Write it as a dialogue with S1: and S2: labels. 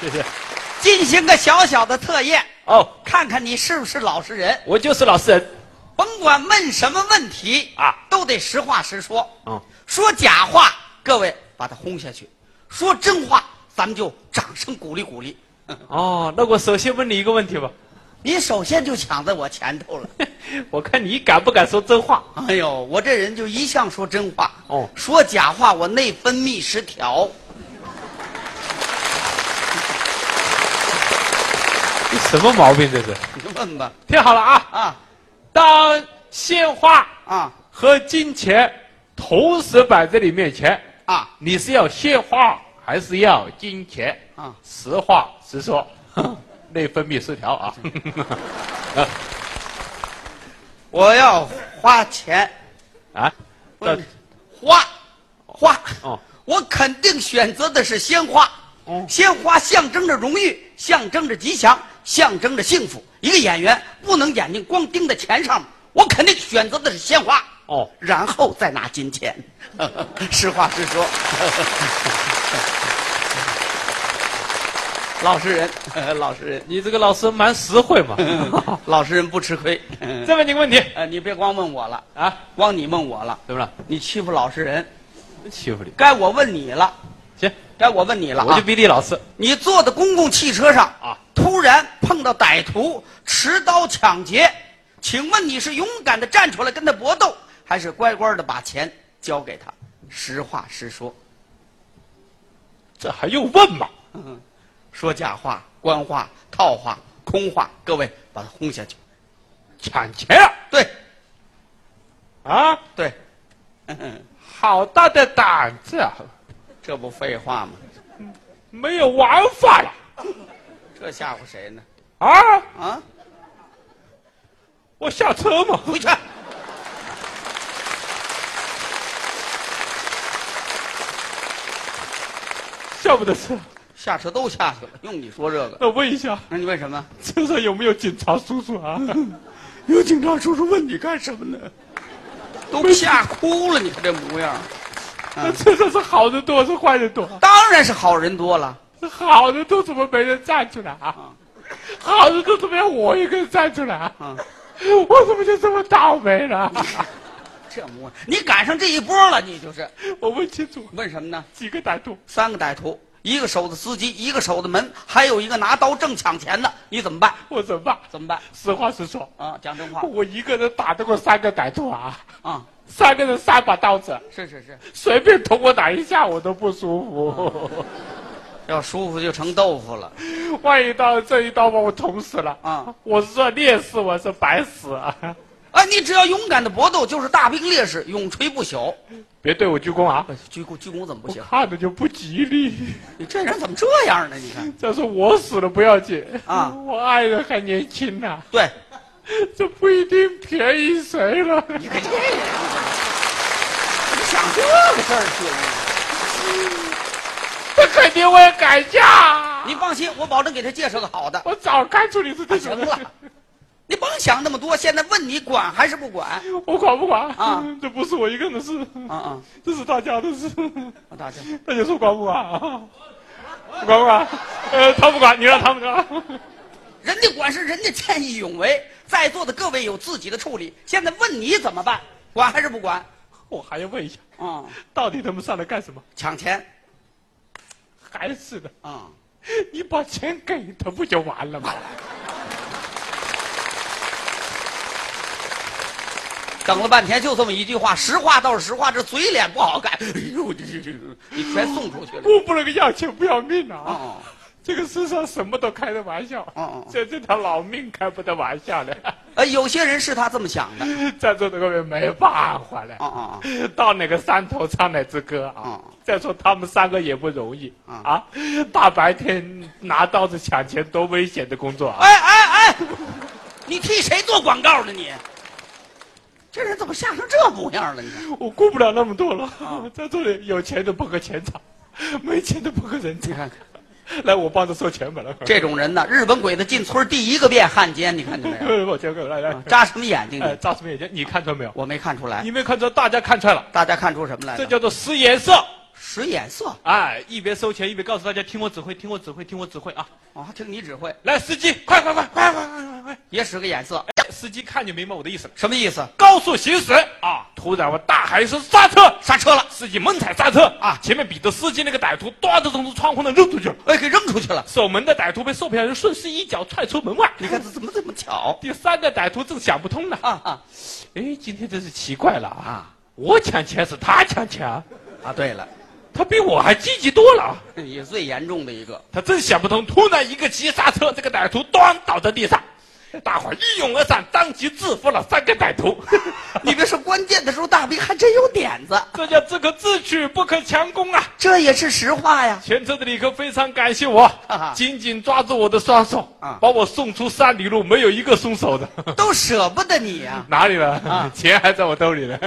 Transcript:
S1: 谢谢。
S2: 进行个小小的测验，
S1: 哦，
S2: 看看你是不是老实人。
S1: 我就是老实人
S2: 甭管问什么问题
S1: 啊，
S2: 都得实话实说。
S1: 嗯，
S2: 说假话，各位把它轰下去；说真话，咱们就掌声鼓励鼓励。
S1: 哦，那我首先问你一个问题吧，
S2: 您首先就抢在我前头了。
S1: 我看你敢不敢说真话？
S2: 哎呦，我这人就一向说真话。
S1: 哦
S2: 说假话我内分泌失调。
S1: 你什么毛病这是？
S2: 你问吧，
S1: 听好了啊，
S2: 啊
S1: 当鲜花
S2: 啊
S1: 和金钱同时摆在你面前，
S2: 啊
S1: 你是要鲜花还是要金钱？
S2: 啊！
S1: 实话实说， 内分泌失调啊。
S2: 我要花钱，
S1: 啊，到
S2: 花花
S1: 哦
S2: 我肯定选择的是鲜花。
S1: 哦
S2: 鲜花象征着荣誉，象征着吉祥，象征着幸福。一个演员不能眼睛光盯在钱上面，我肯定选择的是鲜花。
S1: 哦，
S2: 然后再拿金钱。 实话实说，老实人，老实人，
S1: 你这个老师蛮实惠 嘛。
S2: 老实人不吃亏。
S1: 再问你个问题
S2: 呃，你别光问我了，
S1: 啊，
S2: 光你问我了，
S1: 怎么了？
S2: 你欺负老实人，
S1: 欺负你？
S2: 该我问你了，
S1: 行，
S2: 该我问你了
S1: 我
S2: 啊
S1: 就！比你老实。
S2: 你坐在公共汽车上
S1: 啊，
S2: 突然碰到歹徒持刀抢劫，请问你是勇敢的站出来跟他搏斗，还是乖乖的把钱交给他？实话实说，
S1: 这还用问吗？
S2: 说假话、官话、套话、空话，各位把它轰下去。
S1: 抢钱啊！
S2: 对
S1: 啊，
S2: 对， 嗯
S1: 好大的胆子啊！
S2: 这不废话吗？
S1: 没有玩法了
S2: 这吓唬谁呢？
S1: 啊！
S2: 啊，
S1: 我下车嘛。
S2: 回去。
S1: 下不得车。
S2: 下车都下去了，用你说这个？
S1: 那我问一下，
S2: 那你为什么？
S1: 车上有没有警察叔叔啊？
S2: 有警察叔叔问你干什么呢？都吓哭了，你看这模样。
S1: 啊那车上是好人多是坏人多？
S2: 当然是好人多了。
S1: 好人多怎么没人站出来啊？好人多怎么样我一个人站出来啊？
S2: 嗯，
S1: 我怎么就这么倒霉了？
S2: 这模样，你赶上这一波了，你就是
S1: 我问清楚，
S2: 问什么呢？
S1: 几个歹徒？
S2: 三个歹徒，一个守着司机，一个守着门，还有一个拿刀正抢钱呢。你怎么办？
S1: 我怎么办？
S2: 怎么办？
S1: 实话实说，
S2: 啊，讲真话
S1: 我一个人打得过三个歹徒啊！
S2: 啊！
S1: 三个人三把刀子，
S2: 是是是，
S1: 随便捅我哪一下我都不舒服。
S2: 啊要舒服就成豆腐了。
S1: 万一刀这一刀把我捅死了
S2: 啊！
S1: 我是说烈士，我是白死啊！
S2: 啊，你只要勇敢的搏斗，就是大兵烈士，永垂不朽。哎
S1: 别对我鞠躬啊！
S2: 鞠躬鞠躬怎么不
S1: 我
S2: 行？
S1: 看着就不吉利。
S2: 你这人怎么这样呢？你看，
S1: 再说我死了不要紧
S2: 啊
S1: 我爱人还年轻呢、
S2: 对，
S1: 这不一定便宜谁了。
S2: 你看这人，你想这个事儿去了？
S1: 他肯定会改嫁。
S2: 你放心，我保证给他介绍个好的。
S1: 我早看出你是这
S2: 啊行
S1: 种
S2: 了
S1: 人，，
S2: 你甭想那么多。现在问你管还是不管？
S1: 我管不管
S2: 啊？
S1: 这不是我一个人的事，
S2: 啊啊！
S1: 这是 大家的事。
S2: 我打听，
S1: 大家说管不管啊？管不管？呃，他不管，你让他们管。
S2: 人家管是人家见义勇为，在座的各位有自己的处理。现在问你怎么办？管还是不管？
S1: 我还要问一下，
S2: 啊、
S1: 到底他们上来干什么？
S2: 抢钱
S1: 还是的，
S2: 啊、
S1: 你把钱给他不就完了吗？
S2: 等了半天就这么一句话，实话倒是实话，这嘴脸不好看。哎呦，这这这，你全送出去了。
S1: 我不能要钱不要命啊！
S2: 哦，
S1: 这个世上什么都开的玩笑，
S2: 哦哦
S1: 这这条老命开不得玩笑的，
S2: 呃，有些人是他这么想的。
S1: 在座的各位没办法了。
S2: 哦哦哦，
S1: 到哪个山头唱哪支歌啊？
S2: 哦
S1: 再说他们三个也不容易、
S2: 嗯
S1: 啊，大白天拿刀子抢钱多危险的工作啊！
S2: 哎哎哎，你替谁做广告呢你？这人怎么吓成这模样了？你看，
S1: 我顾不了那么多了，
S2: 嗯
S1: 在这里有钱的捧个钱场， 没钱的捧个人
S2: 你
S1: 场。
S2: 看看。
S1: 来，我帮着收钱吧，来，
S2: 这种人呢，日本鬼子进村第一个变汉奸，你看见没有？
S1: 我钱给我来来，
S2: 扎什么眼睛
S1: 哎，
S2: 你？
S1: 扎什么眼睛？你看出来没有？
S2: 我没看出来，
S1: 你没看出来，大家看出来了，
S2: 大家看出什么来
S1: 这
S2: 了？
S1: 叫做使眼色。
S2: 使眼色。
S1: 哎，一边收钱一边告诉大家，听我指挥，听我指挥，听我指挥啊！
S2: 哦，听你指挥，
S1: 来，司机，快快快快快快快快！
S2: 也使个眼色，
S1: 哎司机看就明白我的意思了，
S2: 什么意思？
S1: 高速行驶啊！突然我大喊一声刹车，
S2: 刹车了，
S1: 司机猛踩刹车
S2: 啊
S1: 前面彼得司机那个歹徒端着从窗户那扔出去了，
S2: 哎，给扔出去了。
S1: 守门的歹徒被售票员顺势一脚踹出门外。
S2: 你看这怎么这么巧
S1: 第三个歹徒正想不通呢，
S2: 啊啊
S1: 哎，今天真是奇怪了啊！
S2: 啊！
S1: 我抢钱是他抢钱，
S2: 啊，对了，
S1: 他比我还积极多了啊。
S2: 也最严重的一个，
S1: 他真想不通，突然一个急刹车，这个歹徒端倒在地上，大伙一拥而上，当即制服了三个歹徒。
S2: 你别说，关键的时候大兵还真有点子，
S1: 这叫自可自取，不可强攻啊！
S2: 这也是实话呀。
S1: 全车的旅客非常感谢我
S2: 哈哈，
S1: 紧紧抓住我的双手
S2: 啊，
S1: 把我送出三里路，没有一个松手的。
S2: 都舍不得你呀、
S1: 哪里了？钱还在我兜里呢。